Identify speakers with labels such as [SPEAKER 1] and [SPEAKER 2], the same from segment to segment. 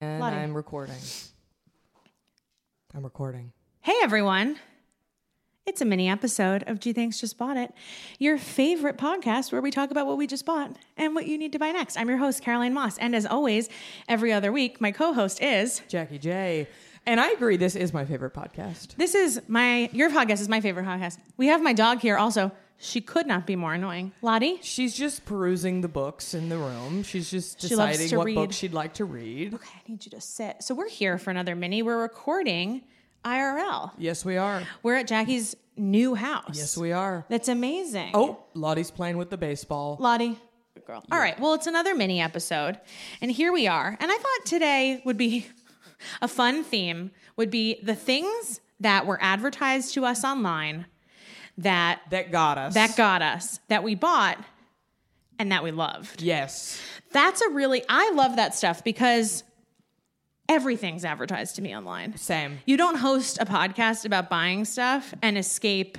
[SPEAKER 1] And
[SPEAKER 2] Lottie.
[SPEAKER 1] I'm recording. I'm recording.
[SPEAKER 2] Hey everyone. It's a mini episode of Gee Thanks Just Bought It, your favorite podcast where we talk about what we just bought and what you need to buy next. I'm your host, Caroline Moss. And as always, every other week, my co host is
[SPEAKER 1] Jackie J. And I agree, this is my favorite podcast.
[SPEAKER 2] this is my, your podcast is my favorite podcast. We have my dog here also. She could not be more annoying. Lottie?
[SPEAKER 1] She's just perusing the books in the room. She's just
[SPEAKER 2] She loves
[SPEAKER 1] deciding
[SPEAKER 2] to
[SPEAKER 1] what
[SPEAKER 2] read.
[SPEAKER 1] book she'd like to read.
[SPEAKER 2] Okay, I need you to sit. So we're here for another mini. We're recording IRL.
[SPEAKER 1] Yes, we are.
[SPEAKER 2] We're at Jackie's new house.
[SPEAKER 1] Yes, we are.
[SPEAKER 2] That's amazing.
[SPEAKER 1] Oh, Lottie's playing with the baseball.
[SPEAKER 2] Lottie. Good girl. All right. Well, it's another mini episode. And here we are. And I thought today would be a fun theme would be the things that were advertised to us online that
[SPEAKER 1] That got us.
[SPEAKER 2] that got us, that we bought and that we loved.
[SPEAKER 1] Yes.
[SPEAKER 2] That's a really I love that stuff because everything's advertised to me online.
[SPEAKER 1] Same.
[SPEAKER 2] You don't host a podcast about buying stuff and escape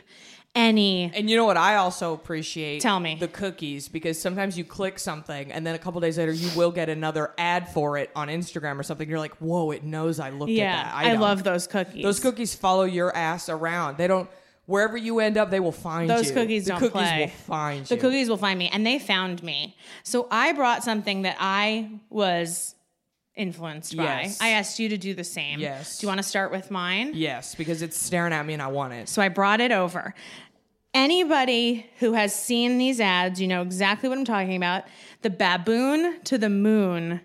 [SPEAKER 2] any
[SPEAKER 1] And you know what? I also appreciate.
[SPEAKER 2] Tell me.
[SPEAKER 1] the cookies because sometimes you click something and then a couple days later you will get another ad for it on Instagram or something. You're like, whoa, it knows I looked at
[SPEAKER 2] yeah,
[SPEAKER 1] that.
[SPEAKER 2] I,
[SPEAKER 1] item."
[SPEAKER 2] love those cookies.
[SPEAKER 1] those cookies. Follow your ass around. They don't. Wherever you end up, they will find
[SPEAKER 2] Those
[SPEAKER 1] you.
[SPEAKER 2] cookies
[SPEAKER 1] the
[SPEAKER 2] don't
[SPEAKER 1] cookies
[SPEAKER 2] play.
[SPEAKER 1] will find
[SPEAKER 2] The
[SPEAKER 1] you.
[SPEAKER 2] cookies will find me, and they found me. So I brought something that I was influenced
[SPEAKER 1] Yes.
[SPEAKER 2] by. I asked you to do the same.
[SPEAKER 1] Yes.
[SPEAKER 2] Do you want to start with mine?
[SPEAKER 1] Yes, because it's staring at me and I want it.
[SPEAKER 2] So I brought it over. Anybody who has seen these ads, you know exactly what I'm talking about. The baboon to the moon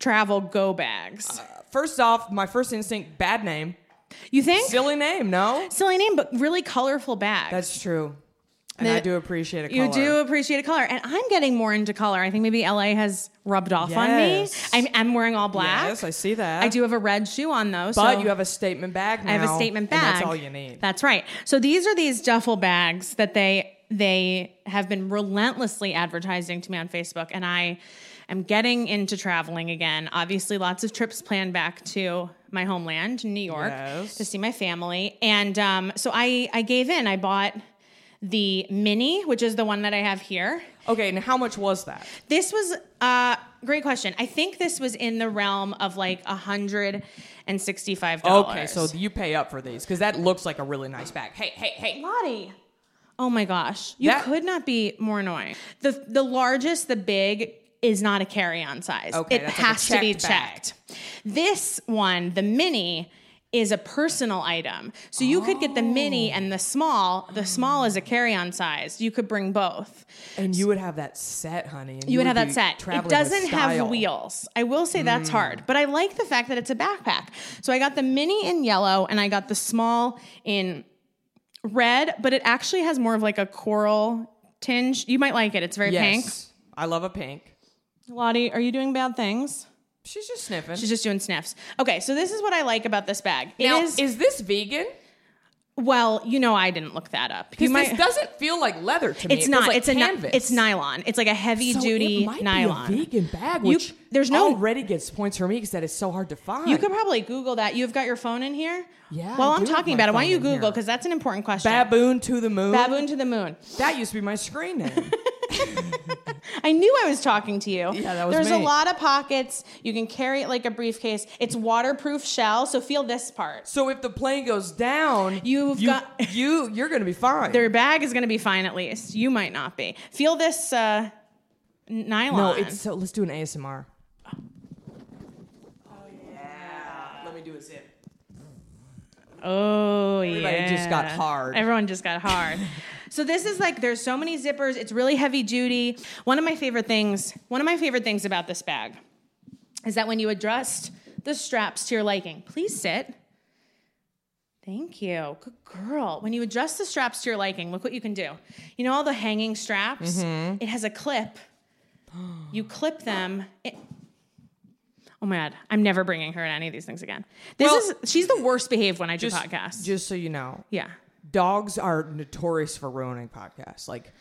[SPEAKER 2] travel go
[SPEAKER 1] Uh,
[SPEAKER 2] bags.
[SPEAKER 1] First off, my first instinct: bad name,
[SPEAKER 2] you think?
[SPEAKER 1] silly name. No,
[SPEAKER 2] Silly name, but really colorful bags.
[SPEAKER 1] that's true. And I
[SPEAKER 2] That-
[SPEAKER 1] do appreciate it.
[SPEAKER 2] You do appreciate a color, and I'm getting more into color. I think maybe LA has rubbed off on me.
[SPEAKER 1] Yes.
[SPEAKER 2] I'm, I'm wearing all black.
[SPEAKER 1] Yes, I see that.
[SPEAKER 2] I do have a red shoe on though.
[SPEAKER 1] But
[SPEAKER 2] so
[SPEAKER 1] you have a statement bag. Now,
[SPEAKER 2] I have a statement
[SPEAKER 1] and
[SPEAKER 2] bag.
[SPEAKER 1] that's all you need.
[SPEAKER 2] That's right. So these are these duffel bags that they they have been relentlessly advertising to me on Facebook, and I am getting into traveling again. Obviously, lots of trips planned back to my homeland, New York,
[SPEAKER 1] Yes.
[SPEAKER 2] to see my family, and um, so I I gave in. I bought the mini, which is the one that I have here.
[SPEAKER 1] Okay, and how much was that?
[SPEAKER 2] This was uh great question. I think this was in the realm of like a hundred and sixty-five dollars.
[SPEAKER 1] Okay, so you pay up for these because that looks like a really nice bag. Hey, hey, hey.
[SPEAKER 2] Lottie. Oh my gosh. You
[SPEAKER 1] That-
[SPEAKER 2] could not be more annoying. The the largest, the big is not a carry-on size.
[SPEAKER 1] Okay,
[SPEAKER 2] it
[SPEAKER 1] that's like a
[SPEAKER 2] has to be
[SPEAKER 1] checked bag.
[SPEAKER 2] checked. This one, the mini is a personal item. So you could get the mini and the small. The small is a carry-on size. You could bring both.
[SPEAKER 1] And you would have that set, honey. and
[SPEAKER 2] You would have
[SPEAKER 1] be
[SPEAKER 2] that set.
[SPEAKER 1] traveling
[SPEAKER 2] It
[SPEAKER 1] with
[SPEAKER 2] doesn't have
[SPEAKER 1] style. Mm.
[SPEAKER 2] wheels. I will say that's hard, but I like the fact that it's a backpack. So I got the mini in yellow and I got the small in red, but it actually has more of like a coral tinge. You might like it. It's very
[SPEAKER 1] Yes. I love a pink.
[SPEAKER 2] pink. Lottie, are you doing bad things?
[SPEAKER 1] She's just sniffing.
[SPEAKER 2] She's just doing sniffs. Okay, so this is what I like about this bag. It is
[SPEAKER 1] now, is, this vegan?
[SPEAKER 2] well, you know I didn't look that up. You
[SPEAKER 1] Because this doesn't feel like leather to me.
[SPEAKER 2] it's
[SPEAKER 1] It feels
[SPEAKER 2] not.
[SPEAKER 1] Like
[SPEAKER 2] it's
[SPEAKER 1] canvas.
[SPEAKER 2] a ni- it's nylon. It's like a heavy
[SPEAKER 1] So
[SPEAKER 2] duty
[SPEAKER 1] it might
[SPEAKER 2] nylon.
[SPEAKER 1] Be a vegan bag,
[SPEAKER 2] You-
[SPEAKER 1] which
[SPEAKER 2] there's no-
[SPEAKER 1] already gets points for me because that is so hard to find.
[SPEAKER 2] You could probably Google that. You've got your phone in here.
[SPEAKER 1] Yeah,
[SPEAKER 2] While
[SPEAKER 1] I
[SPEAKER 2] I'm
[SPEAKER 1] do have
[SPEAKER 2] talking
[SPEAKER 1] my
[SPEAKER 2] about it, why don't
[SPEAKER 1] phone
[SPEAKER 2] you
[SPEAKER 1] in here.
[SPEAKER 2] Google because that's an important question.
[SPEAKER 1] baboon to the moon.
[SPEAKER 2] Baboon to the moon.
[SPEAKER 1] That used to be my screen name.
[SPEAKER 2] I knew I was talking to you.
[SPEAKER 1] Yeah, that was
[SPEAKER 2] There's
[SPEAKER 1] me.
[SPEAKER 2] a lot of pockets. You can carry it like a briefcase. It's waterproof shell, so feel this part.
[SPEAKER 1] so if the plane goes down,
[SPEAKER 2] You've
[SPEAKER 1] you,
[SPEAKER 2] got-
[SPEAKER 1] you you're gonna be fine.
[SPEAKER 2] Their bag is going to be fine at least. You might not be. Feel this uh, n-
[SPEAKER 1] No,
[SPEAKER 2] nylon.
[SPEAKER 1] it's so. Let's do an ASMR. Oh yeah. Let me do a zip.
[SPEAKER 2] Oh yeah.
[SPEAKER 1] just got hard.
[SPEAKER 2] Everyone just got hard. so this is like there's so many zippers. It's really heavy duty. One of my favorite things, one of my favorite things about this bag is that when you adjust the straps to your liking, please sit. Thank you. Good girl. When you adjust the
[SPEAKER 1] Mm-hmm.
[SPEAKER 2] straps to your liking, look what you can do. You know all the hanging straps? It has a clip You clip them. It- oh my god, I'm never bringing her in any of these things again. This
[SPEAKER 1] Well-
[SPEAKER 2] is she's the worst behaved when I do
[SPEAKER 1] Just-
[SPEAKER 2] podcasts.
[SPEAKER 1] Just so you know,
[SPEAKER 2] yeah.
[SPEAKER 1] dogs are notorious for ruining podcasts. Like,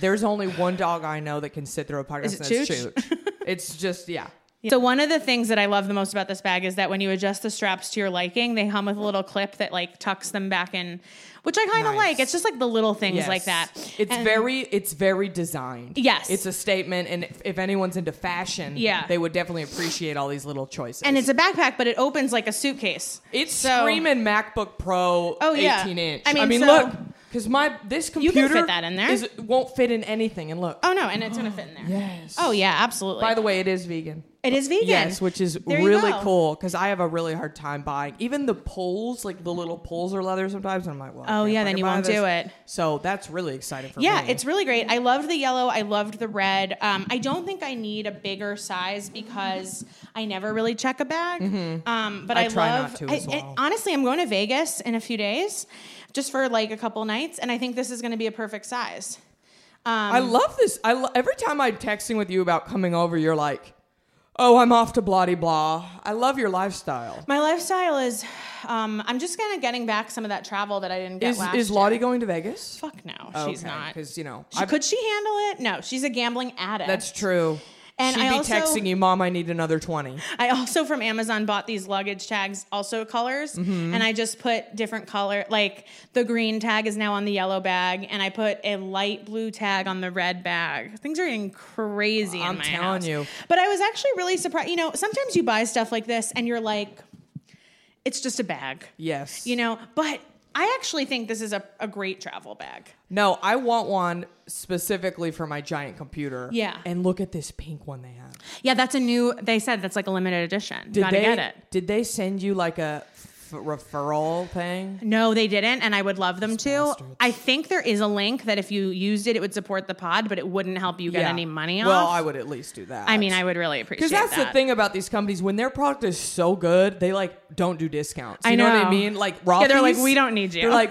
[SPEAKER 1] there's only one dog I know that can sit through a podcast.
[SPEAKER 2] Is it
[SPEAKER 1] and that's
[SPEAKER 2] Chooch?
[SPEAKER 1] Chooch. It's just yeah.
[SPEAKER 2] So one of the things that I love the most about this bag is that when you adjust the straps to your liking, they come with a little clip that like tucks them back in, which I kind of
[SPEAKER 1] Nice.
[SPEAKER 2] like. It's just like the little things
[SPEAKER 1] Yes.
[SPEAKER 2] like that.
[SPEAKER 1] It's
[SPEAKER 2] And-
[SPEAKER 1] very it's very designed.
[SPEAKER 2] Yes.
[SPEAKER 1] It's a statement and if, if anyone's into fashion,
[SPEAKER 2] Yeah.
[SPEAKER 1] they would definitely appreciate all these little choices.
[SPEAKER 2] and it's a backpack, but it opens like a suitcase.
[SPEAKER 1] it's
[SPEAKER 2] so-
[SPEAKER 1] screaming MacBook Pro
[SPEAKER 2] Oh,
[SPEAKER 1] 18
[SPEAKER 2] yeah.
[SPEAKER 1] inch.
[SPEAKER 2] I mean, so-
[SPEAKER 1] look, cuz my this
[SPEAKER 2] can fit
[SPEAKER 1] computer
[SPEAKER 2] that in there.
[SPEAKER 1] is- won't fit in anything and look.
[SPEAKER 2] Oh no, and it's gonna fit in there.
[SPEAKER 1] Yes.
[SPEAKER 2] Oh yeah, absolutely.
[SPEAKER 1] By the way, it is vegan.
[SPEAKER 2] it is vegan.
[SPEAKER 1] Yes, which is
[SPEAKER 2] There you
[SPEAKER 1] really
[SPEAKER 2] go.
[SPEAKER 1] cool cuz I have a really hard time buying. Even the poles, like the little poles are leather sometimes and I'm like, well, I
[SPEAKER 2] Oh,
[SPEAKER 1] can't
[SPEAKER 2] yeah, then
[SPEAKER 1] fucking
[SPEAKER 2] you
[SPEAKER 1] buy
[SPEAKER 2] won't
[SPEAKER 1] this.
[SPEAKER 2] do it.
[SPEAKER 1] So that's really exciting for
[SPEAKER 2] Yeah,
[SPEAKER 1] me.
[SPEAKER 2] it's really great. I loved the yellow. I loved the red. Um, I don't think I need a bigger size because I never really check a bag. Um, but I,
[SPEAKER 1] Mm-hmm. I try not
[SPEAKER 2] love.
[SPEAKER 1] to
[SPEAKER 2] I-
[SPEAKER 1] as
[SPEAKER 2] and
[SPEAKER 1] well.
[SPEAKER 2] honestly, I'm going to Vegas in a few days, just for like a couple nights, and I think this is going to be a perfect size.
[SPEAKER 1] I
[SPEAKER 2] um,
[SPEAKER 1] love this. I lo- every time I'm texting with you about coming over, you're like, "Oh, I'm off to blah de blah." I love your lifestyle.
[SPEAKER 2] My lifestyle is, um, I'm just kind of getting back some of that travel that I didn't get
[SPEAKER 1] Is
[SPEAKER 2] last
[SPEAKER 1] is
[SPEAKER 2] year.
[SPEAKER 1] Lottie going to Vegas?
[SPEAKER 2] Fuck no, she's not.
[SPEAKER 1] because you know
[SPEAKER 2] She-
[SPEAKER 1] I-
[SPEAKER 2] could she handle it? No, she's a gambling addict.
[SPEAKER 1] that's true.
[SPEAKER 2] And
[SPEAKER 1] She'd
[SPEAKER 2] I
[SPEAKER 1] be
[SPEAKER 2] also-
[SPEAKER 1] texting you, "Mom, I need another 20.
[SPEAKER 2] I also from Amazon bought these luggage tags, also colors,
[SPEAKER 1] Mm-hmm.
[SPEAKER 2] and I just put different color. Like the green tag is now on the yellow bag, and I put a light blue tag on the red bag. Things are getting crazy. in
[SPEAKER 1] I'm
[SPEAKER 2] my
[SPEAKER 1] telling
[SPEAKER 2] house.
[SPEAKER 1] you.
[SPEAKER 2] But I was actually really surprised. You know, sometimes you buy stuff like this, and you're like, it's just a bag,
[SPEAKER 1] Yes,
[SPEAKER 2] you know. But I actually think this is a, a great travel bag.
[SPEAKER 1] No, I want one specifically for my giant computer.
[SPEAKER 2] Yeah.
[SPEAKER 1] and look at this pink one they have.
[SPEAKER 2] Yeah, that's a new. They said that's like a limited edition.
[SPEAKER 1] Did
[SPEAKER 2] Gotta
[SPEAKER 1] they
[SPEAKER 2] get it.
[SPEAKER 1] Did they send you like a f- referral thing?
[SPEAKER 2] No, they didn't, and I would love them to.
[SPEAKER 1] bastards.
[SPEAKER 2] I think there is a link that if you used it, it would support the pod, but it wouldn't help you get
[SPEAKER 1] Yeah.
[SPEAKER 2] any money off.
[SPEAKER 1] Well, I would at least do that.
[SPEAKER 2] I mean, I would really appreciate
[SPEAKER 1] Because that's
[SPEAKER 2] that.
[SPEAKER 1] the thing about these companies when their product is so good, they like don't do discounts. You
[SPEAKER 2] I
[SPEAKER 1] what
[SPEAKER 2] know.
[SPEAKER 1] I mean? Like raw.
[SPEAKER 2] Yeah, they're like, "We don't need you."
[SPEAKER 1] They're like,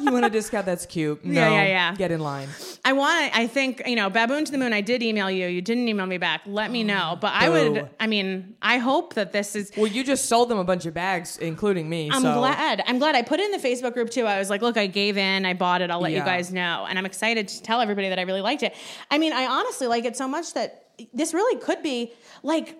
[SPEAKER 1] you want a discount? That's cute. No,
[SPEAKER 2] Yeah, yeah, yeah.
[SPEAKER 1] Get in line.
[SPEAKER 2] I want. I think you know, baboon to the moon. I did email you. You didn't email me back. Let me know. But I would.
[SPEAKER 1] Oh. Boo.
[SPEAKER 2] I mean, I hope that this is.
[SPEAKER 1] Well, you just sold them a bunch of bags, including me.
[SPEAKER 2] I'm
[SPEAKER 1] so
[SPEAKER 2] glad. I'm glad. I put it in the Facebook group too. I was like, look, I gave in. I bought it. I'll let you
[SPEAKER 1] Yeah.
[SPEAKER 2] guys know. And I'm excited to tell everybody that I really liked it. I mean, I honestly like it so much that this really could be like,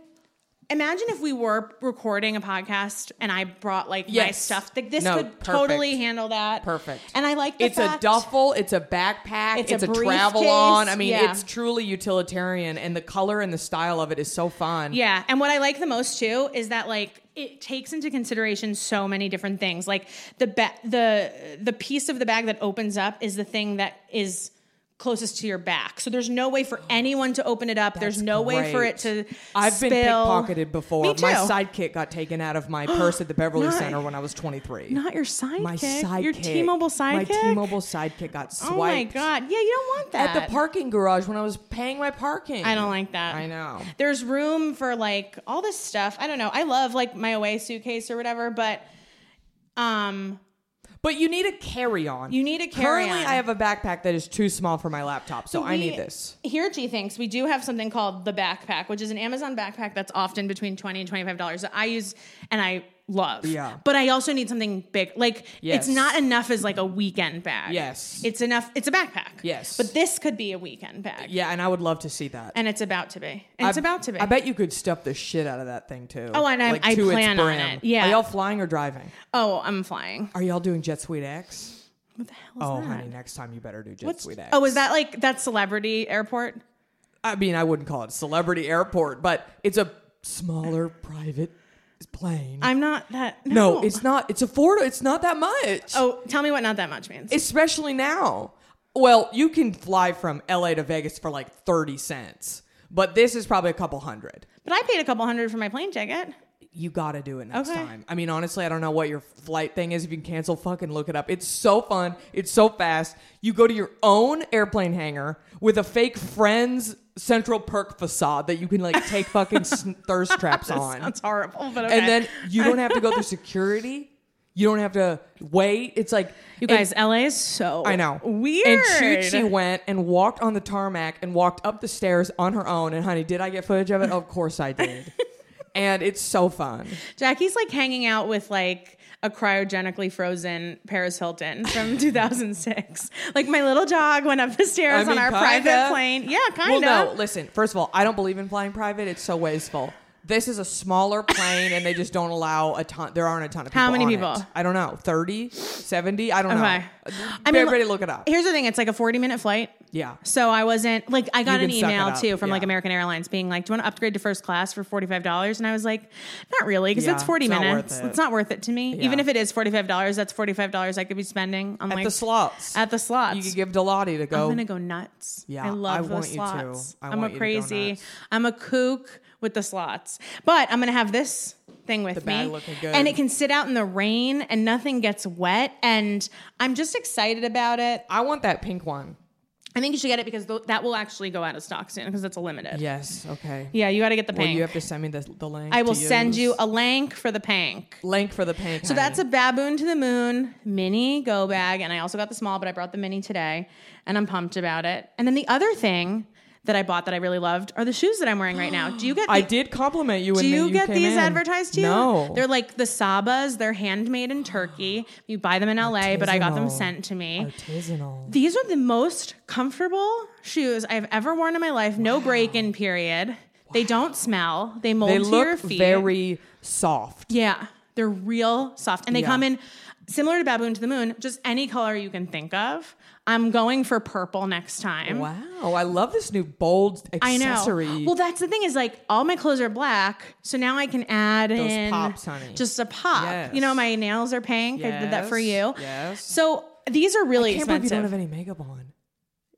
[SPEAKER 2] imagine if we were recording a podcast and I brought like my
[SPEAKER 1] Yes.
[SPEAKER 2] stuff. Like, this
[SPEAKER 1] No,
[SPEAKER 2] could
[SPEAKER 1] perfect.
[SPEAKER 2] totally handle that.
[SPEAKER 1] Perfect.
[SPEAKER 2] And I like the
[SPEAKER 1] It's
[SPEAKER 2] fact-
[SPEAKER 1] a duffel. It's a backpack.
[SPEAKER 2] It's
[SPEAKER 1] It's,
[SPEAKER 2] a
[SPEAKER 1] a, travel
[SPEAKER 2] briefcase,
[SPEAKER 1] on. I mean,
[SPEAKER 2] yeah.
[SPEAKER 1] it's truly utilitarian, and the color and the style of it is so fun.
[SPEAKER 2] Yeah, and what I like the most too is that like it takes into consideration so many different things. Like the ba- the the piece of the bag that opens up is the thing that is closest to your back. So there's no way for anyone to open it up. there's
[SPEAKER 1] Oh, That's
[SPEAKER 2] no way for it
[SPEAKER 1] great.
[SPEAKER 2] to
[SPEAKER 1] I've
[SPEAKER 2] spill.
[SPEAKER 1] been pickpocketed before.
[SPEAKER 2] Me too.
[SPEAKER 1] My sidekick got taken out of my purse at the Beverly
[SPEAKER 2] Not-
[SPEAKER 1] Center when I was 23.
[SPEAKER 2] Not your sidekick.
[SPEAKER 1] my sidekick.
[SPEAKER 2] Your T-Mobile
[SPEAKER 1] My
[SPEAKER 2] sidekick.
[SPEAKER 1] T-Mobile sidekick got swiped.
[SPEAKER 2] Oh my god. Yeah, you don't want that.
[SPEAKER 1] At the parking garage when I was paying my parking.
[SPEAKER 2] I don't like that.
[SPEAKER 1] I know.
[SPEAKER 2] There's room for like all this stuff. I don't know. I love like my away suitcase or whatever, but um
[SPEAKER 1] But you need a carry-on.
[SPEAKER 2] You need a
[SPEAKER 1] Currently,
[SPEAKER 2] carry-on.
[SPEAKER 1] I have a backpack that is too small for my laptop, so Oh, I
[SPEAKER 2] we-
[SPEAKER 1] need this.
[SPEAKER 2] Here, G thinks we do have something called the backpack, which is an Amazon backpack that's often between twenty and twenty-five dollars that I use and I love.
[SPEAKER 1] Yeah.
[SPEAKER 2] But I also need something big. Like
[SPEAKER 1] Yes.
[SPEAKER 2] it's not enough as like a weekend bag.
[SPEAKER 1] Yes.
[SPEAKER 2] It's enough. It's a backpack.
[SPEAKER 1] Yes.
[SPEAKER 2] But this could be a weekend bag.
[SPEAKER 1] Yeah, and I would love to see that.
[SPEAKER 2] And it's about to be. And it's
[SPEAKER 1] I-
[SPEAKER 2] about to be.
[SPEAKER 1] I bet you could stuff the shit out of that thing too.
[SPEAKER 2] Oh, and I- I
[SPEAKER 1] to its
[SPEAKER 2] plan on
[SPEAKER 1] brim.
[SPEAKER 2] it. Yeah.
[SPEAKER 1] Are y'all flying or driving?
[SPEAKER 2] Oh, I'm flying.
[SPEAKER 1] Are y'all doing Jet Suite X?
[SPEAKER 2] What the hell is
[SPEAKER 1] Oh,
[SPEAKER 2] that?
[SPEAKER 1] honey, next time you better do Jet
[SPEAKER 2] What's-
[SPEAKER 1] Suite X.
[SPEAKER 2] oh, is that like that celebrity airport?
[SPEAKER 1] I mean, I wouldn't call it celebrity airport, but it's a smaller private plane.
[SPEAKER 2] I'm not that. No,
[SPEAKER 1] no, it's not. It's affordable. It's not that much.
[SPEAKER 2] Oh, tell me what not that much means.
[SPEAKER 1] especially now. Well, you can fly from LA to Vegas for like 30 cents, but this is probably a couple hundred.
[SPEAKER 2] but I paid a couple hundred for my plane ticket.
[SPEAKER 1] You gotta do it next
[SPEAKER 2] Okay.
[SPEAKER 1] time. I mean, honestly, I don't know what your flight thing is. If you can cancel, fucking look it up. It's so fun. It's so fast. You go to your own airplane hangar with a fake friend's Central Perk facade that you can like take fucking s- thirst traps on.
[SPEAKER 2] Sounds horrible, but okay.
[SPEAKER 1] And then you don't have to go through security. You don't have to wait. It's like
[SPEAKER 2] You guys, LA is so
[SPEAKER 1] I know.
[SPEAKER 2] weird.
[SPEAKER 1] And Chuchi went and walked on the tarmac and walked up the stairs on her own. And honey, did I get footage of it? of course I did. and it's so fun.
[SPEAKER 2] Jackie's like hanging out with like a cryogenically frozen Paris Hilton from 2006. Like my little dog went up the stairs
[SPEAKER 1] I mean,
[SPEAKER 2] on our
[SPEAKER 1] kinda.
[SPEAKER 2] private plane. Yeah, kind of.
[SPEAKER 1] Well, no, listen. First of all, I don't believe in flying private. It's so wasteful. This is a smaller plane and they just don't allow a ton. There aren't a ton of people.
[SPEAKER 2] How many
[SPEAKER 1] on
[SPEAKER 2] people?
[SPEAKER 1] it. I don't know. 30, 70? I don't
[SPEAKER 2] Okay.
[SPEAKER 1] know.
[SPEAKER 2] I mean,
[SPEAKER 1] Everybody look it up.
[SPEAKER 2] Here's the thing: it's like a 40 minute flight.
[SPEAKER 1] Yeah.
[SPEAKER 2] So I wasn't like I got
[SPEAKER 1] You
[SPEAKER 2] an
[SPEAKER 1] can suck it
[SPEAKER 2] email
[SPEAKER 1] up,
[SPEAKER 2] too from like
[SPEAKER 1] yeah.
[SPEAKER 2] American Airlines being like, "Do you want to upgrade to first class for forty five dollars?" And I was like, "Not really, because
[SPEAKER 1] Yeah,
[SPEAKER 2] it's forty
[SPEAKER 1] it's not worth
[SPEAKER 2] minutes.
[SPEAKER 1] it.
[SPEAKER 2] It's not worth it to me.
[SPEAKER 1] Yeah.
[SPEAKER 2] Even if it is forty five dollars, that's forty five dollars I could be spending on
[SPEAKER 1] At
[SPEAKER 2] like
[SPEAKER 1] the slots.
[SPEAKER 2] At the slots,
[SPEAKER 1] you could give Delotti to go.
[SPEAKER 2] I'm gonna go nuts.
[SPEAKER 1] Yeah,
[SPEAKER 2] I love
[SPEAKER 1] I
[SPEAKER 2] those
[SPEAKER 1] want you to.
[SPEAKER 2] slots.
[SPEAKER 1] I want
[SPEAKER 2] am a
[SPEAKER 1] you to go
[SPEAKER 2] crazy.
[SPEAKER 1] nuts.
[SPEAKER 2] I'm a kook with the slots, but I'm gonna have this thing with
[SPEAKER 1] The
[SPEAKER 2] me,
[SPEAKER 1] bag looking good.
[SPEAKER 2] and it can sit out in the rain and nothing gets wet. And I'm just excited about it.
[SPEAKER 1] I want that pink one.
[SPEAKER 2] I think you should get it because th- that will actually go out of stock soon because it's a limited.
[SPEAKER 1] Yes. Okay.
[SPEAKER 2] Yeah, you got to get the
[SPEAKER 1] Well,
[SPEAKER 2] pank.
[SPEAKER 1] you have to send me the, the link.
[SPEAKER 2] I
[SPEAKER 1] to
[SPEAKER 2] will send you
[SPEAKER 1] use.
[SPEAKER 2] a link for the pank.
[SPEAKER 1] link for the pink.
[SPEAKER 2] So that's a baboon to the moon mini go bag, and I also got the small, but I brought the mini today, and I'm pumped about it. And then the other thing that I bought that I really loved are the shoes that I'm wearing right now. Do you get?
[SPEAKER 1] I
[SPEAKER 2] the-
[SPEAKER 1] did compliment you.
[SPEAKER 2] Do
[SPEAKER 1] when
[SPEAKER 2] you,
[SPEAKER 1] you
[SPEAKER 2] get
[SPEAKER 1] came
[SPEAKER 2] these
[SPEAKER 1] in.
[SPEAKER 2] advertised to you?
[SPEAKER 1] No,
[SPEAKER 2] They're like the Sabas. They're handmade in Turkey. You buy them in LA, but I got them
[SPEAKER 1] Artisanal.
[SPEAKER 2] sent to me.
[SPEAKER 1] artisanal.
[SPEAKER 2] These are the most comfortable shoes I've ever worn in my life. No break in period. They don't smell. They mold
[SPEAKER 1] They
[SPEAKER 2] to your
[SPEAKER 1] look
[SPEAKER 2] feet.
[SPEAKER 1] very soft.
[SPEAKER 2] Yeah, they're real soft, and they
[SPEAKER 1] Yeah.
[SPEAKER 2] come in similar to Baboon to the Moon, just any color you can think of. I'm going for purple next time.
[SPEAKER 1] Wow, I love this new bold
[SPEAKER 2] Mm-hmm. I know.
[SPEAKER 1] accessory.
[SPEAKER 2] Well, that's the thing is like all my clothes are black, so now I can add
[SPEAKER 1] Those
[SPEAKER 2] in
[SPEAKER 1] pops, honey.
[SPEAKER 2] just a pop.
[SPEAKER 1] Yes.
[SPEAKER 2] You know, my nails are pink. I did that for you.
[SPEAKER 1] Yes, yes.
[SPEAKER 2] So these are really
[SPEAKER 1] I can't believe you
[SPEAKER 2] expensive.
[SPEAKER 1] don't have any makeup on.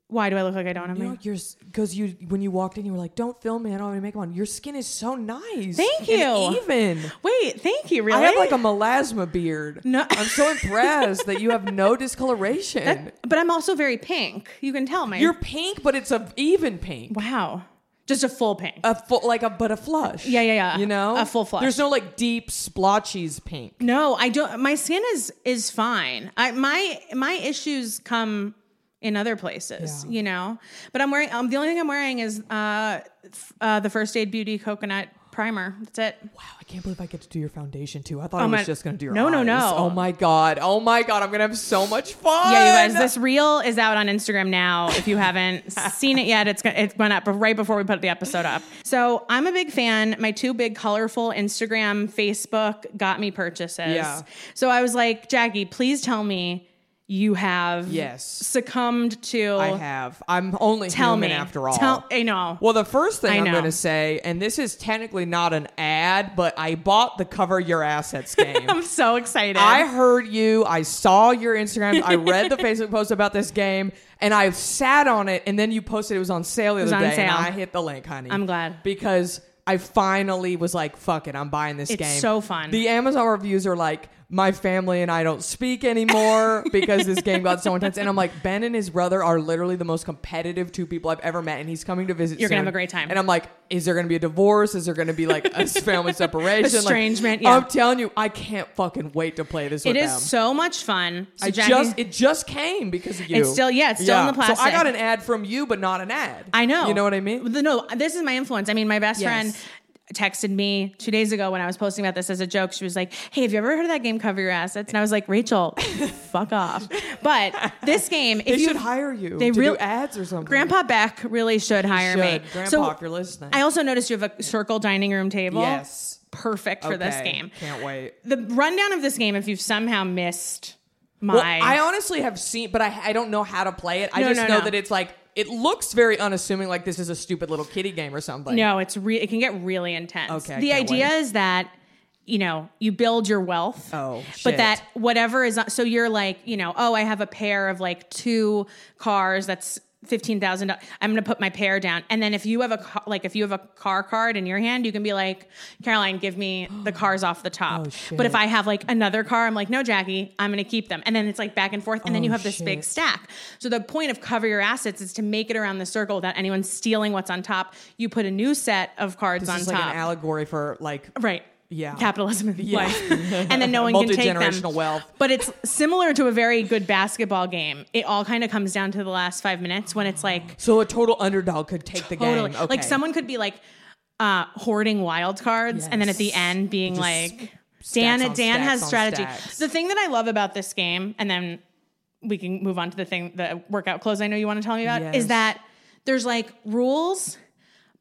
[SPEAKER 2] Why do I look like I don't have
[SPEAKER 1] You
[SPEAKER 2] my
[SPEAKER 1] know, you're because you when you walked in, you were like, "Don't film me. I don't have any makeup on." Your skin is so nice. and
[SPEAKER 2] Thank you.
[SPEAKER 1] Even.
[SPEAKER 2] Wait, thank you. Really?
[SPEAKER 1] I have like a melasma beard.
[SPEAKER 2] No.
[SPEAKER 1] I'm so impressed that you have no discoloration.
[SPEAKER 2] but I'm also very pink. You can tell my
[SPEAKER 1] You're pink, but it's a even pink.
[SPEAKER 2] wow, just a full pink.
[SPEAKER 1] A full, like a but a flush.
[SPEAKER 2] Yeah, yeah, yeah.
[SPEAKER 1] You know,
[SPEAKER 2] A full flush.
[SPEAKER 1] There's no like deep splotchies pink.
[SPEAKER 2] no, I don't. My skin is is fine. I my my issues come in other places,
[SPEAKER 1] Yeah.
[SPEAKER 2] you know. But I'm wearing. Um, the only thing I'm wearing is uh, f- uh the first aid beauty coconut primer. That's it.
[SPEAKER 1] Wow, I can't believe I get to do your foundation too. I thought I
[SPEAKER 2] Oh
[SPEAKER 1] was
[SPEAKER 2] my-
[SPEAKER 1] just gonna do your
[SPEAKER 2] No, no,
[SPEAKER 1] eyes.
[SPEAKER 2] no.
[SPEAKER 1] Oh my god. Oh my god. I'm gonna have so much fun.
[SPEAKER 2] Yeah, you guys, this reel is out on Instagram now. If you haven't seen it yet, it's go- it went up right before we put the episode up. So I'm a big fan. My two big colorful Instagram, Facebook got me purchases.
[SPEAKER 1] Yeah.
[SPEAKER 2] So I was like, Jackie, please tell me you have
[SPEAKER 1] Yes.
[SPEAKER 2] succumbed to.
[SPEAKER 1] I have. I'm only
[SPEAKER 2] Tell
[SPEAKER 1] human
[SPEAKER 2] me
[SPEAKER 1] after all.
[SPEAKER 2] Tell, I know.
[SPEAKER 1] well, the first thing
[SPEAKER 2] I
[SPEAKER 1] I'm
[SPEAKER 2] know.
[SPEAKER 1] going to say, and this is technically not an ad, but I bought the Cover Your Assets game.
[SPEAKER 2] I'm so excited.
[SPEAKER 1] I heard you. I saw your Instagram. I read the Facebook post about this game, and I sat on it. And then you posted it was on sale the
[SPEAKER 2] was
[SPEAKER 1] other
[SPEAKER 2] on
[SPEAKER 1] day, and
[SPEAKER 2] sale.
[SPEAKER 1] I hit the link, honey.
[SPEAKER 2] I'm glad.
[SPEAKER 1] because I finally was like, "Fuck it, I'm buying this
[SPEAKER 2] It's
[SPEAKER 1] game."
[SPEAKER 2] so fun.
[SPEAKER 1] The Amazon reviews are like. My family and I don't speak anymore because this game got so intense. And I'm like, Ben and his brother are literally the most competitive two people I've ever met, and he's coming to visit.
[SPEAKER 2] You're gonna
[SPEAKER 1] soon.
[SPEAKER 2] have a great time.
[SPEAKER 1] And I'm like, is there gonna be a divorce? Is there gonna be like a family separation? Like,
[SPEAKER 2] Estrangement, yeah.
[SPEAKER 1] I'm telling you, I can't fucking wait to play this.
[SPEAKER 2] it
[SPEAKER 1] with
[SPEAKER 2] is
[SPEAKER 1] them.
[SPEAKER 2] so much fun. So
[SPEAKER 1] I
[SPEAKER 2] Jackie,
[SPEAKER 1] just it just came because of you.
[SPEAKER 2] It's still- yeah, it's still in the
[SPEAKER 1] So I
[SPEAKER 2] plastic.
[SPEAKER 1] got an ad from you, but not an ad.
[SPEAKER 2] I know.
[SPEAKER 1] You know what I mean?
[SPEAKER 2] The- No, this is my influence. I mean, my best
[SPEAKER 1] Yes.
[SPEAKER 2] friend texted me two days ago when I was posting about this as a joke. She was like, Hey, have you ever heard of that game Cover Your Assets? And I was like, Rachel, fuck off. But this game, if
[SPEAKER 1] They
[SPEAKER 2] you
[SPEAKER 1] should hire you
[SPEAKER 2] they
[SPEAKER 1] to
[SPEAKER 2] real-
[SPEAKER 1] do ads or something.
[SPEAKER 2] Grandpa Beck really should hire me.
[SPEAKER 1] Should. Grandpa, if you're listening.
[SPEAKER 2] I also noticed you have a circle dining room table.
[SPEAKER 1] Yes.
[SPEAKER 2] Perfect for this
[SPEAKER 1] Okay.
[SPEAKER 2] game.
[SPEAKER 1] Can't wait.
[SPEAKER 2] The rundown of this game, if you've somehow missed my
[SPEAKER 1] Well, I honestly have seen, but I, I don't know how to play it. I
[SPEAKER 2] No,
[SPEAKER 1] just
[SPEAKER 2] no,
[SPEAKER 1] know
[SPEAKER 2] no.
[SPEAKER 1] that it's like it looks very unassuming, like this is a stupid little kitty game or something.
[SPEAKER 2] No, it's re- it can get really intense.
[SPEAKER 1] Okay, I
[SPEAKER 2] The
[SPEAKER 1] can't
[SPEAKER 2] idea
[SPEAKER 1] wait.
[SPEAKER 2] is that you know you build your wealth.
[SPEAKER 1] Oh,
[SPEAKER 2] but
[SPEAKER 1] shit.
[SPEAKER 2] that whatever is so you're like you know oh I have a pair of like two cars that's. Fifteen thousand. dollars. I'm going to put my pair down, and then if you have a ca- like, if you have a car card in your hand, you can be like, Caroline, give me the cars off the top.
[SPEAKER 1] Oh, shit.
[SPEAKER 2] but if I have like another car, I'm like, no, Jackie, I'm going to keep them. And then it's like back and forth, and then
[SPEAKER 1] Oh,
[SPEAKER 2] you have this big
[SPEAKER 1] shit.
[SPEAKER 2] stack. So the point of cover your assets is to make it around the circle without anyone stealing what's on top. You put a new set of cards
[SPEAKER 1] this
[SPEAKER 2] on
[SPEAKER 1] is
[SPEAKER 2] top.
[SPEAKER 1] like an allegory for like
[SPEAKER 2] right.
[SPEAKER 1] Yeah.
[SPEAKER 2] capitalism in life, and then no one can take them.
[SPEAKER 1] Multi-generational wealth.
[SPEAKER 2] But it's similar to a very good basketball game. It all kind of comes down to the last five minutes when it's like
[SPEAKER 1] So a total underdog could take the game.
[SPEAKER 2] totally
[SPEAKER 1] Okay.
[SPEAKER 2] like someone could be like uh, hoarding wild cards, and then at the
[SPEAKER 1] Yes.
[SPEAKER 2] end being
[SPEAKER 1] Just
[SPEAKER 2] like Dan.
[SPEAKER 1] stacks on
[SPEAKER 2] Dan
[SPEAKER 1] stacks
[SPEAKER 2] has
[SPEAKER 1] on
[SPEAKER 2] strategy.
[SPEAKER 1] stacks.
[SPEAKER 2] The thing that I love about this game, and then we can move on to the thing, the workout clothes I know you want to tell me about,
[SPEAKER 1] Yes.
[SPEAKER 2] is that there's like rules,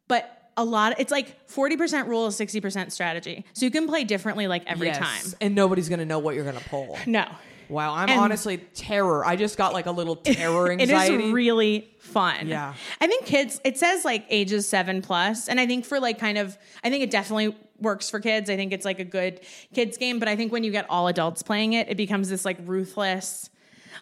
[SPEAKER 2] but a lot. It's like forty percent rules, sixty percent strategy. So you can play differently like every
[SPEAKER 1] Yes.
[SPEAKER 2] time.
[SPEAKER 1] and nobody's gonna know what you're gonna pull.
[SPEAKER 2] No,
[SPEAKER 1] Wow, I'm
[SPEAKER 2] And-
[SPEAKER 1] honestly terror. I just got like a little terror
[SPEAKER 2] It
[SPEAKER 1] anxiety.
[SPEAKER 2] is really fun.
[SPEAKER 1] Yeah.
[SPEAKER 2] I think kids, it says like ages seven plus, And I think for like kind of, I think it definitely works for kids. I think it's like a good kids game. But I think when you get all adults playing it, it becomes this like ruthless.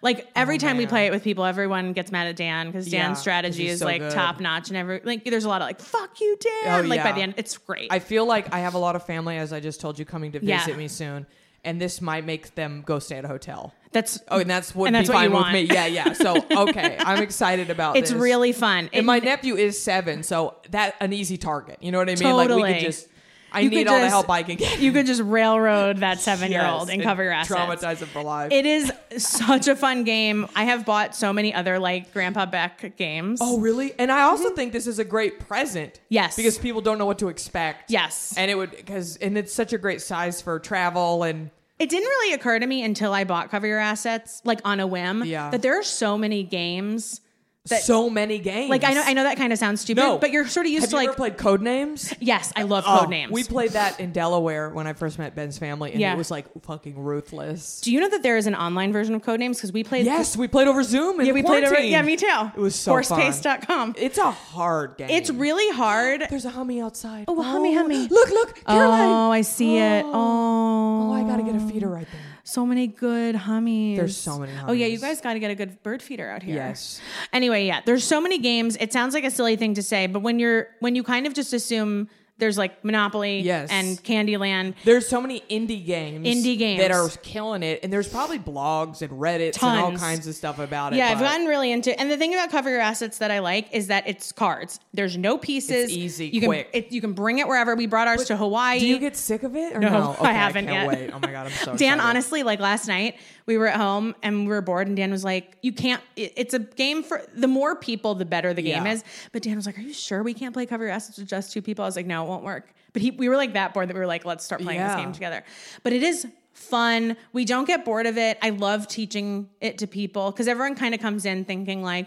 [SPEAKER 2] Like every time we play it with people, everyone gets mad at Dan because Dan's
[SPEAKER 1] Oh, Yeah, 'cause
[SPEAKER 2] strategy
[SPEAKER 1] he's
[SPEAKER 2] is
[SPEAKER 1] so
[SPEAKER 2] like
[SPEAKER 1] good.
[SPEAKER 2] top notch and every like there's a lot of like fuck you, Dan.
[SPEAKER 1] Oh,
[SPEAKER 2] like by
[SPEAKER 1] yeah.
[SPEAKER 2] the end, it's great.
[SPEAKER 1] I feel like I have a lot of family, as I just told you, coming to
[SPEAKER 2] Yeah.
[SPEAKER 1] visit me soon, and this might make them go stay at a hotel.
[SPEAKER 2] that's
[SPEAKER 1] Oh, and that's what
[SPEAKER 2] And that's
[SPEAKER 1] be
[SPEAKER 2] what you
[SPEAKER 1] fine with
[SPEAKER 2] want.
[SPEAKER 1] me. Yeah, yeah. So okay, I'm excited about
[SPEAKER 2] it's
[SPEAKER 1] this.
[SPEAKER 2] really fun. It-
[SPEAKER 1] And my nephew is seven, so that an easy target. You know what I mean? Like we
[SPEAKER 2] Totally.
[SPEAKER 1] could just. I
[SPEAKER 2] You
[SPEAKER 1] need
[SPEAKER 2] could
[SPEAKER 1] all the
[SPEAKER 2] just-
[SPEAKER 1] help I can get.
[SPEAKER 2] you could just railroad that seven year old
[SPEAKER 1] Yes,
[SPEAKER 2] and cover your assets.
[SPEAKER 1] Traumatize him for life.
[SPEAKER 2] It is such a fun game. I have bought so many other like Grandpa Beck games.
[SPEAKER 1] Oh, really? And I also think this is a great present.
[SPEAKER 2] Mm-hmm. Yes.
[SPEAKER 1] Because people don't know what to expect.
[SPEAKER 2] Yes.
[SPEAKER 1] And it would, because, and it's such a great size for travel and
[SPEAKER 2] It didn't really occur to me until I bought Cover Your Assets, like on a whim,
[SPEAKER 1] Yeah.
[SPEAKER 2] that there are so many games. That-
[SPEAKER 1] so many games.
[SPEAKER 2] Like I know, I know that kind of sounds stupid,
[SPEAKER 1] No.
[SPEAKER 2] but you're sort of used
[SPEAKER 1] Have
[SPEAKER 2] to
[SPEAKER 1] you
[SPEAKER 2] like.
[SPEAKER 1] ever played Code Names?
[SPEAKER 2] yes, I love code
[SPEAKER 1] Oh,
[SPEAKER 2] names.
[SPEAKER 1] We played that in Delaware when I first met Ben's family, and
[SPEAKER 2] Yeah.
[SPEAKER 1] it was like fucking ruthless.
[SPEAKER 2] Do you know that there is an online version of Codenames? Because we played.
[SPEAKER 1] Yes, we played over Zoom. In
[SPEAKER 2] yeah, we played it.
[SPEAKER 1] quarantine.
[SPEAKER 2] Yeah, me too.
[SPEAKER 1] It was so fun.
[SPEAKER 2] Horsepace.com.
[SPEAKER 1] It's a hard game.
[SPEAKER 2] It's really hard.
[SPEAKER 1] there's a hummy outside.
[SPEAKER 2] Oh, a hummy, hummy.
[SPEAKER 1] Look, look, Caroline.
[SPEAKER 2] Oh, I see it. Oh,
[SPEAKER 1] Oh, I gotta get a feeder right there.
[SPEAKER 2] So many good hummies.
[SPEAKER 1] There's so many
[SPEAKER 2] Oh yeah, you
[SPEAKER 1] hummies.
[SPEAKER 2] guys got to get a good bird feeder out here.
[SPEAKER 1] Yes.
[SPEAKER 2] Anyway, yeah, there's so many games. It sounds like a silly thing to say, but when you're when you kind of just assume there's like Monopoly
[SPEAKER 1] Yes.
[SPEAKER 2] and Candyland,
[SPEAKER 1] There's so many indie games,
[SPEAKER 2] Indie games.
[SPEAKER 1] that are killing it, and there's probably blogs and Reddit and all
[SPEAKER 2] Tons.
[SPEAKER 1] kinds of stuff about it.
[SPEAKER 2] yeah, I've
[SPEAKER 1] but
[SPEAKER 2] gotten really into. And the thing about cover your assets that I like is that it's cards. There's no pieces.
[SPEAKER 1] It's easy,
[SPEAKER 2] You can
[SPEAKER 1] quick.
[SPEAKER 2] It, you can bring it wherever. We brought ours to Hawaii.
[SPEAKER 1] Do you get sick of it or no?
[SPEAKER 2] No,
[SPEAKER 1] Okay,
[SPEAKER 2] I haven't
[SPEAKER 1] can't
[SPEAKER 2] yet.
[SPEAKER 1] Wait. Oh my god, I'm so
[SPEAKER 2] Dan,
[SPEAKER 1] excited.
[SPEAKER 2] honestly, like last night, we were at home and we were bored, and Dan was like, "You can't. it- it's a game for the more people, the better the game
[SPEAKER 1] Yeah.
[SPEAKER 2] is." But Dan was like, "Are you sure we can't play cover your assets with just two people?" I was like, "No, it won't work." But he, we were like that bored that we were like, "Let's start playing this
[SPEAKER 1] Yeah.
[SPEAKER 2] game together." But it is fun. We don't get bored of it. I love teaching it to people because everyone kind of comes in thinking like,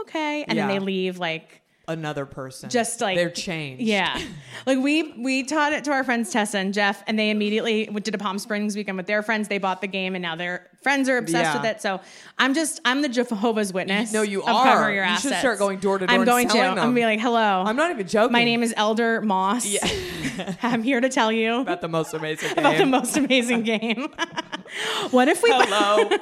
[SPEAKER 2] "Okay," and
[SPEAKER 1] Yeah.
[SPEAKER 2] then they leave like.
[SPEAKER 1] another person,
[SPEAKER 2] Just like
[SPEAKER 1] they're changed.
[SPEAKER 2] yeah. Like we we taught it to our friends Tessa and Jeff, and they immediately did a Palm Springs weekend with their friends. They bought the game, and now their friends are obsessed
[SPEAKER 1] Yeah.
[SPEAKER 2] with it. So I'm just I'm the Jehovah's Witness.
[SPEAKER 1] No, you
[SPEAKER 2] of
[SPEAKER 1] are.
[SPEAKER 2] Cover your
[SPEAKER 1] You should
[SPEAKER 2] assets.
[SPEAKER 1] start going door to door
[SPEAKER 2] I'm
[SPEAKER 1] and
[SPEAKER 2] going to.
[SPEAKER 1] selling
[SPEAKER 2] I'm
[SPEAKER 1] them.
[SPEAKER 2] gonna be like, hello.
[SPEAKER 1] I'm not even joking.
[SPEAKER 2] My name is Elder Moss. I'm here to tell you about
[SPEAKER 1] about the most amazing
[SPEAKER 2] the
[SPEAKER 1] game.
[SPEAKER 2] most amazing game. what if we?
[SPEAKER 1] Hello.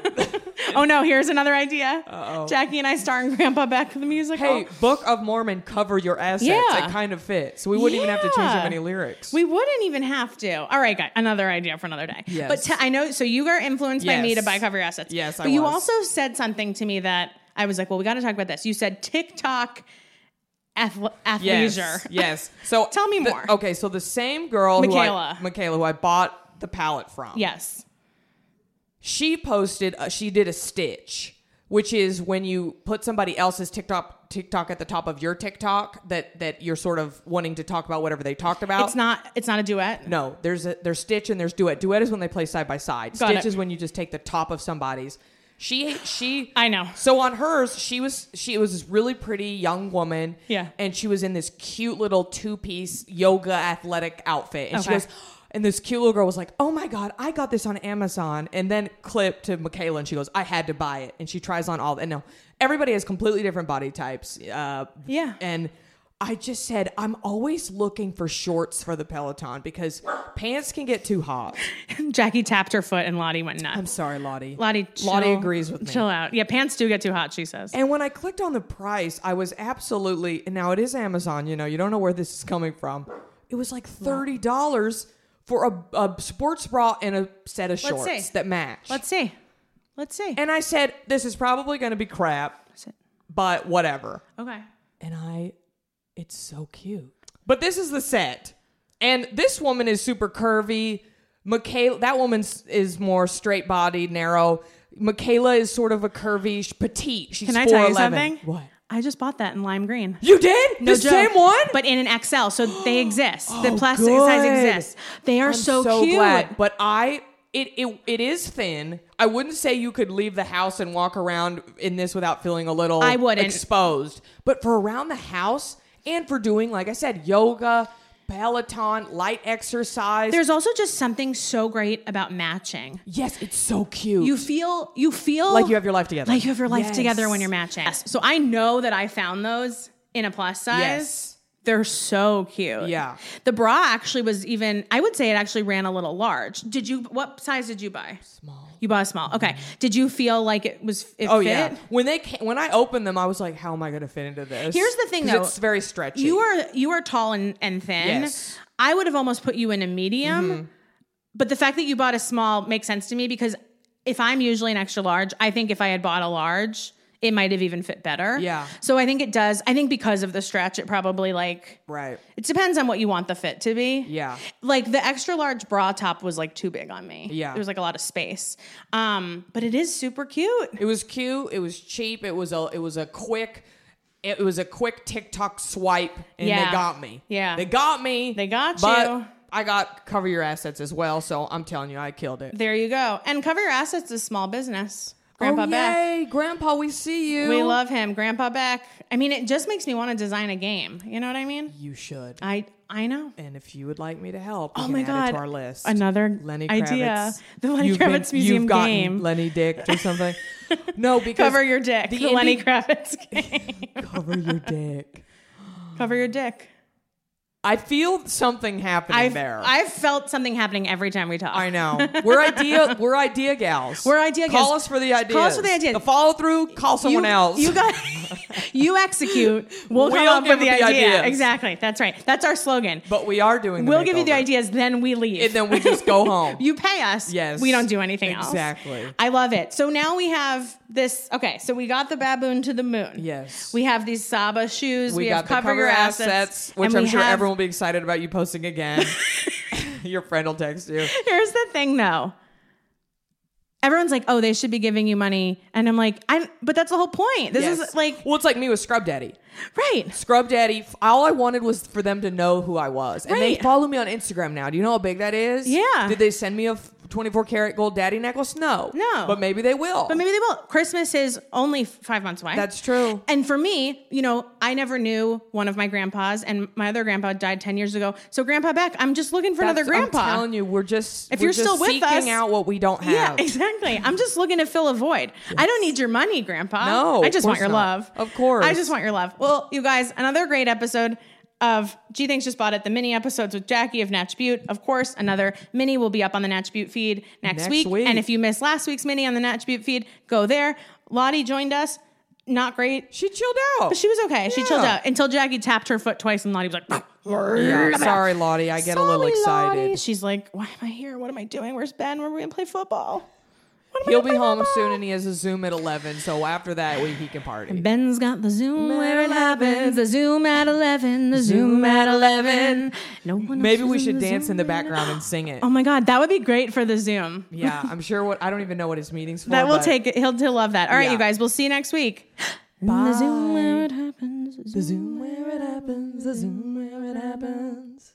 [SPEAKER 2] Oh no! Here's another idea. Uh-oh. Jackie and I starring Grandpa Beck in the musical.
[SPEAKER 1] hey, Book of Mormon, cover your assets.
[SPEAKER 2] Yeah.
[SPEAKER 1] It kind of fits. We wouldn't even have to change
[SPEAKER 2] Yeah.
[SPEAKER 1] up any lyrics.
[SPEAKER 2] We wouldn't even have to. All right, guys, another idea for another day.
[SPEAKER 1] Yes.
[SPEAKER 2] But t- I know, so you are influenced by me
[SPEAKER 1] Yes.
[SPEAKER 2] to buy cover your assets.
[SPEAKER 1] Yes, I
[SPEAKER 2] But you
[SPEAKER 1] was.
[SPEAKER 2] also said something to me that I was like, well, we got to talk about this. You said TikTok ath-
[SPEAKER 1] yes,
[SPEAKER 2] athleisure.
[SPEAKER 1] yes. So
[SPEAKER 2] Tell me
[SPEAKER 1] the-
[SPEAKER 2] more.
[SPEAKER 1] Okay, so the same girl,
[SPEAKER 2] Michaela.
[SPEAKER 1] who I, Michaela, who I bought the palette from.
[SPEAKER 2] Yes.
[SPEAKER 1] she posted uh, she did a stitch which is when you put somebody else's TikTok TikTok at the top of your TikTok that that you're sort of wanting to talk about whatever they talked about.
[SPEAKER 2] It's not. It's not a duet.
[SPEAKER 1] no, there's a there's stitch and there's duet. Duet is when they play side by side.
[SPEAKER 2] Got
[SPEAKER 1] stitch
[SPEAKER 2] it.
[SPEAKER 1] is when you just take the top of somebody's. She she
[SPEAKER 2] I know.
[SPEAKER 1] So on hers, she was she was this really pretty young woman.
[SPEAKER 2] Yeah.
[SPEAKER 1] And she was in this cute little two-piece yoga athletic outfit. And she
[SPEAKER 2] Okay.
[SPEAKER 1] goes, and this cute little girl was like, "Oh my god, I got this on Amazon." And then clip to Michaela, and she goes, "I had to buy it." And she tries on all. And no, everybody has completely different body types. Uh,
[SPEAKER 2] Yeah.
[SPEAKER 1] And I just said, I'm always looking for shorts for the Peloton because pants can get too hot.
[SPEAKER 2] Jackie tapped her foot and Lottie went nuts.
[SPEAKER 1] I'm sorry, Lottie.
[SPEAKER 2] Lottie. Chill,
[SPEAKER 1] Lottie agrees with me.
[SPEAKER 2] Chill out. Yeah, pants do get too hot. She says.
[SPEAKER 1] And when I clicked on the price, I was absolutely and now it is Amazon, you know, you don't know where this is coming from. It was like thirty dollars for a, a sports bra and a set of
[SPEAKER 2] Let's
[SPEAKER 1] shorts
[SPEAKER 2] see.
[SPEAKER 1] that match.
[SPEAKER 2] Let's see. Let's see.
[SPEAKER 1] and I said, This is probably gonna be crap, but whatever.
[SPEAKER 2] okay.
[SPEAKER 1] And I it's so cute. But this is the set. And this woman is super curvy. Michaela, that woman s- is more straight bodied, narrow. Michaela is sort of a curvy, sh- petite. She's
[SPEAKER 2] Can I tell you
[SPEAKER 1] 4'11".
[SPEAKER 2] something?
[SPEAKER 1] What?
[SPEAKER 2] I just bought that in lime green.
[SPEAKER 1] You did?
[SPEAKER 2] No
[SPEAKER 1] the
[SPEAKER 2] joke.
[SPEAKER 1] same one? Oh,
[SPEAKER 2] but in an XL. So they exist. the plastic size
[SPEAKER 1] good.
[SPEAKER 2] exists. They are
[SPEAKER 1] I'm
[SPEAKER 2] so, cute.
[SPEAKER 1] But I, it, it, it is thin. I wouldn't say you could leave the house and walk around in this without feeling a little
[SPEAKER 2] I wouldn't.
[SPEAKER 1] exposed. But for around the house and for doing, like I said, yoga, Peloton, light exercise.
[SPEAKER 2] There's also just something so great about matching.
[SPEAKER 1] yes, it's so cute.
[SPEAKER 2] You feel you feel
[SPEAKER 1] Like you have your life together.
[SPEAKER 2] Like you have your life
[SPEAKER 1] Yes.
[SPEAKER 2] together when you're matching. Yes. So I know that I found those in a plus size.
[SPEAKER 1] Yes.
[SPEAKER 2] They're so cute.
[SPEAKER 1] Yeah.
[SPEAKER 2] The bra actually was even I would say it actually ran a little large. Did you what size did you buy? Small. You bought a small. Okay. Did you feel like it was it
[SPEAKER 1] oh
[SPEAKER 2] fit?
[SPEAKER 1] yeah. When they ca- when I opened them, I was like, how am I going to fit into this?
[SPEAKER 2] Here's the thing
[SPEAKER 1] 'Cause
[SPEAKER 2] though.
[SPEAKER 1] it's very stretchy.
[SPEAKER 2] You are you are tall and, and thin.
[SPEAKER 1] Yes. Mm-hmm.
[SPEAKER 2] I would have almost put you in a medium. But the fact that you bought a small makes sense to me because if I'm usually an extra large, I think if I had bought a large, it might have even fit better.
[SPEAKER 1] Yeah.
[SPEAKER 2] So I think it does. I think because of the stretch, it probably like
[SPEAKER 1] right.
[SPEAKER 2] it depends on what you want the fit to be.
[SPEAKER 1] Yeah.
[SPEAKER 2] Like the extra large bra top was like too big on me.
[SPEAKER 1] Yeah.
[SPEAKER 2] There was like a lot of space. Um, but it is super cute.
[SPEAKER 1] It was cute. It was cheap. It was a it was a quick it was a quick TikTok swipe, and
[SPEAKER 2] Yeah.
[SPEAKER 1] they got me.
[SPEAKER 2] Yeah.
[SPEAKER 1] they got me.
[SPEAKER 2] They got
[SPEAKER 1] but
[SPEAKER 2] you.
[SPEAKER 1] I got cover your assets as well. So I'm telling you, I killed it.
[SPEAKER 2] There you go. And cover your assets is small business.
[SPEAKER 1] oh,
[SPEAKER 2] Grandpa Beck.
[SPEAKER 1] yay, Grandpa, we see you.
[SPEAKER 2] We love him, Grandpa Beck. I mean, it just makes me want to design a game. You know what I mean?
[SPEAKER 1] you. Should
[SPEAKER 2] I I know.
[SPEAKER 1] and if you would like me to help, we
[SPEAKER 2] Oh
[SPEAKER 1] can
[SPEAKER 2] my
[SPEAKER 1] add
[SPEAKER 2] god!
[SPEAKER 1] It to our list.
[SPEAKER 2] Another
[SPEAKER 1] Lenny
[SPEAKER 2] idea.
[SPEAKER 1] Kravitz.
[SPEAKER 2] The Lenny
[SPEAKER 1] You've been-
[SPEAKER 2] Kravitz Museum
[SPEAKER 1] you've gotten
[SPEAKER 2] game.
[SPEAKER 1] Lenny Dick or something. no, because
[SPEAKER 2] Cover your dick. The,
[SPEAKER 1] indie-
[SPEAKER 2] Lenny Kravitz game.
[SPEAKER 1] cover your dick.
[SPEAKER 2] Cover your dick.
[SPEAKER 1] I feel something happening
[SPEAKER 2] I've
[SPEAKER 1] there.
[SPEAKER 2] I've felt something happening every time we talk.
[SPEAKER 1] I know. We're idea. We're idea gals.
[SPEAKER 2] We're idea
[SPEAKER 1] Call
[SPEAKER 2] gals.
[SPEAKER 1] us for the ideas.
[SPEAKER 2] Call us for the ideas.
[SPEAKER 1] The follow through. Call someone
[SPEAKER 2] you,
[SPEAKER 1] else.
[SPEAKER 2] You got. you execute. We'll,
[SPEAKER 1] We'll
[SPEAKER 2] come up
[SPEAKER 1] give
[SPEAKER 2] with the,
[SPEAKER 1] the
[SPEAKER 2] idea.
[SPEAKER 1] ideas.
[SPEAKER 2] Exactly. That's right. That's our slogan.
[SPEAKER 1] but we are doing. The
[SPEAKER 2] we'll give you the
[SPEAKER 1] makeover.
[SPEAKER 2] ideas, then we leave.
[SPEAKER 1] and then we just go home.
[SPEAKER 2] You pay us.
[SPEAKER 1] Yes.
[SPEAKER 2] We don't do anything else.
[SPEAKER 1] Exactly.
[SPEAKER 2] I love it. So now we have this. Okay. So we got the baboon to the moon.
[SPEAKER 1] Yes.
[SPEAKER 2] We have these Saba shoes.
[SPEAKER 1] we,
[SPEAKER 2] We,
[SPEAKER 1] got
[SPEAKER 2] have
[SPEAKER 1] the
[SPEAKER 2] cover, your assets,
[SPEAKER 1] which
[SPEAKER 2] and
[SPEAKER 1] I'm
[SPEAKER 2] we
[SPEAKER 1] sure
[SPEAKER 2] have-
[SPEAKER 1] everyone will be excited about you posting again. Your friend will text you.
[SPEAKER 2] Here's the thing, though. Everyone's like, "Oh, they should be giving you money," and I'm like, "I'm," but that's the whole point. This
[SPEAKER 1] Yes.
[SPEAKER 2] is like,
[SPEAKER 1] well, it's like me with Scrub Daddy.
[SPEAKER 2] right?
[SPEAKER 1] Scrub Daddy. f- All I wanted was for them to know who I was, and they
[SPEAKER 2] Right.
[SPEAKER 1] follow me on Instagram now. Do you know how big that is?
[SPEAKER 2] Yeah.
[SPEAKER 1] Did they send me a f- 24 karat gold daddy necklace? No.
[SPEAKER 2] No.
[SPEAKER 1] But maybe they will.
[SPEAKER 2] But maybe they will. Christmas is only f- five months away.
[SPEAKER 1] That's true.
[SPEAKER 2] And for me, you know, I never knew one of my grandpas, and my other grandpa died ten years ago. So Grandpa Beck, I'm just looking for another
[SPEAKER 1] That's-
[SPEAKER 2] grandpa.
[SPEAKER 1] I'm telling you, we're just
[SPEAKER 2] If
[SPEAKER 1] we're
[SPEAKER 2] you're
[SPEAKER 1] just
[SPEAKER 2] still with
[SPEAKER 1] seeking
[SPEAKER 2] us-
[SPEAKER 1] out what we don't
[SPEAKER 2] Yeah,
[SPEAKER 1] have.
[SPEAKER 2] exactly. I'm just looking to fill a void. I don't need your money, Grandpa.
[SPEAKER 1] No,
[SPEAKER 2] I
[SPEAKER 1] of
[SPEAKER 2] just want
[SPEAKER 1] course
[SPEAKER 2] your
[SPEAKER 1] not.
[SPEAKER 2] love.
[SPEAKER 1] Of course.
[SPEAKER 2] I just want your love. Well, you guys, another great episode of G Things Just Bought It, the mini episodes with Jackie of Natch Butte. Of course, another mini will be up on the Natch Butte feed next,
[SPEAKER 1] Next
[SPEAKER 2] week.
[SPEAKER 1] week.
[SPEAKER 2] And if you missed last week's mini on the Natch Butte feed, go there. Lottie joined us. Not great.
[SPEAKER 1] She chilled out.
[SPEAKER 2] But she was okay. She chilled
[SPEAKER 1] Yeah.
[SPEAKER 2] out until Jackie tapped her foot twice and Lottie was like,
[SPEAKER 1] Yeah, Sorry, Lottie. I get a little
[SPEAKER 2] "Sorry,
[SPEAKER 1] excited.
[SPEAKER 2] Lottie." She's like, why am I here? What am I doing? Where's Ben? Where are we going to play football? What am I
[SPEAKER 1] He'll
[SPEAKER 2] gonna
[SPEAKER 1] be
[SPEAKER 2] play
[SPEAKER 1] home
[SPEAKER 2] football?
[SPEAKER 1] soon, and he has a Zoom at eleven. So after that, we, he can party.
[SPEAKER 2] Ben's got the Zoom where it happens, the Zoom at 11, the
[SPEAKER 1] Zoom
[SPEAKER 2] Zoom
[SPEAKER 1] at
[SPEAKER 2] at 11. No one
[SPEAKER 1] Maybe
[SPEAKER 2] else
[SPEAKER 1] we
[SPEAKER 2] is
[SPEAKER 1] should
[SPEAKER 2] the
[SPEAKER 1] dance in
[SPEAKER 2] Zoom
[SPEAKER 1] the
[SPEAKER 2] at
[SPEAKER 1] background and sing it.
[SPEAKER 2] 11. Oh my God, that would be great for the Zoom.
[SPEAKER 1] Yeah, I'm sure. What I don't even know what his meetings for.
[SPEAKER 2] That will
[SPEAKER 1] but
[SPEAKER 2] take it. He'll, he'll love that. All right,
[SPEAKER 1] Yeah.
[SPEAKER 2] you guys, we'll see you next week.
[SPEAKER 1] Bye.
[SPEAKER 2] The Zoom where it happens, the
[SPEAKER 1] The
[SPEAKER 2] Zoom.
[SPEAKER 1] Zoom where it happens. The Zoom where it happens.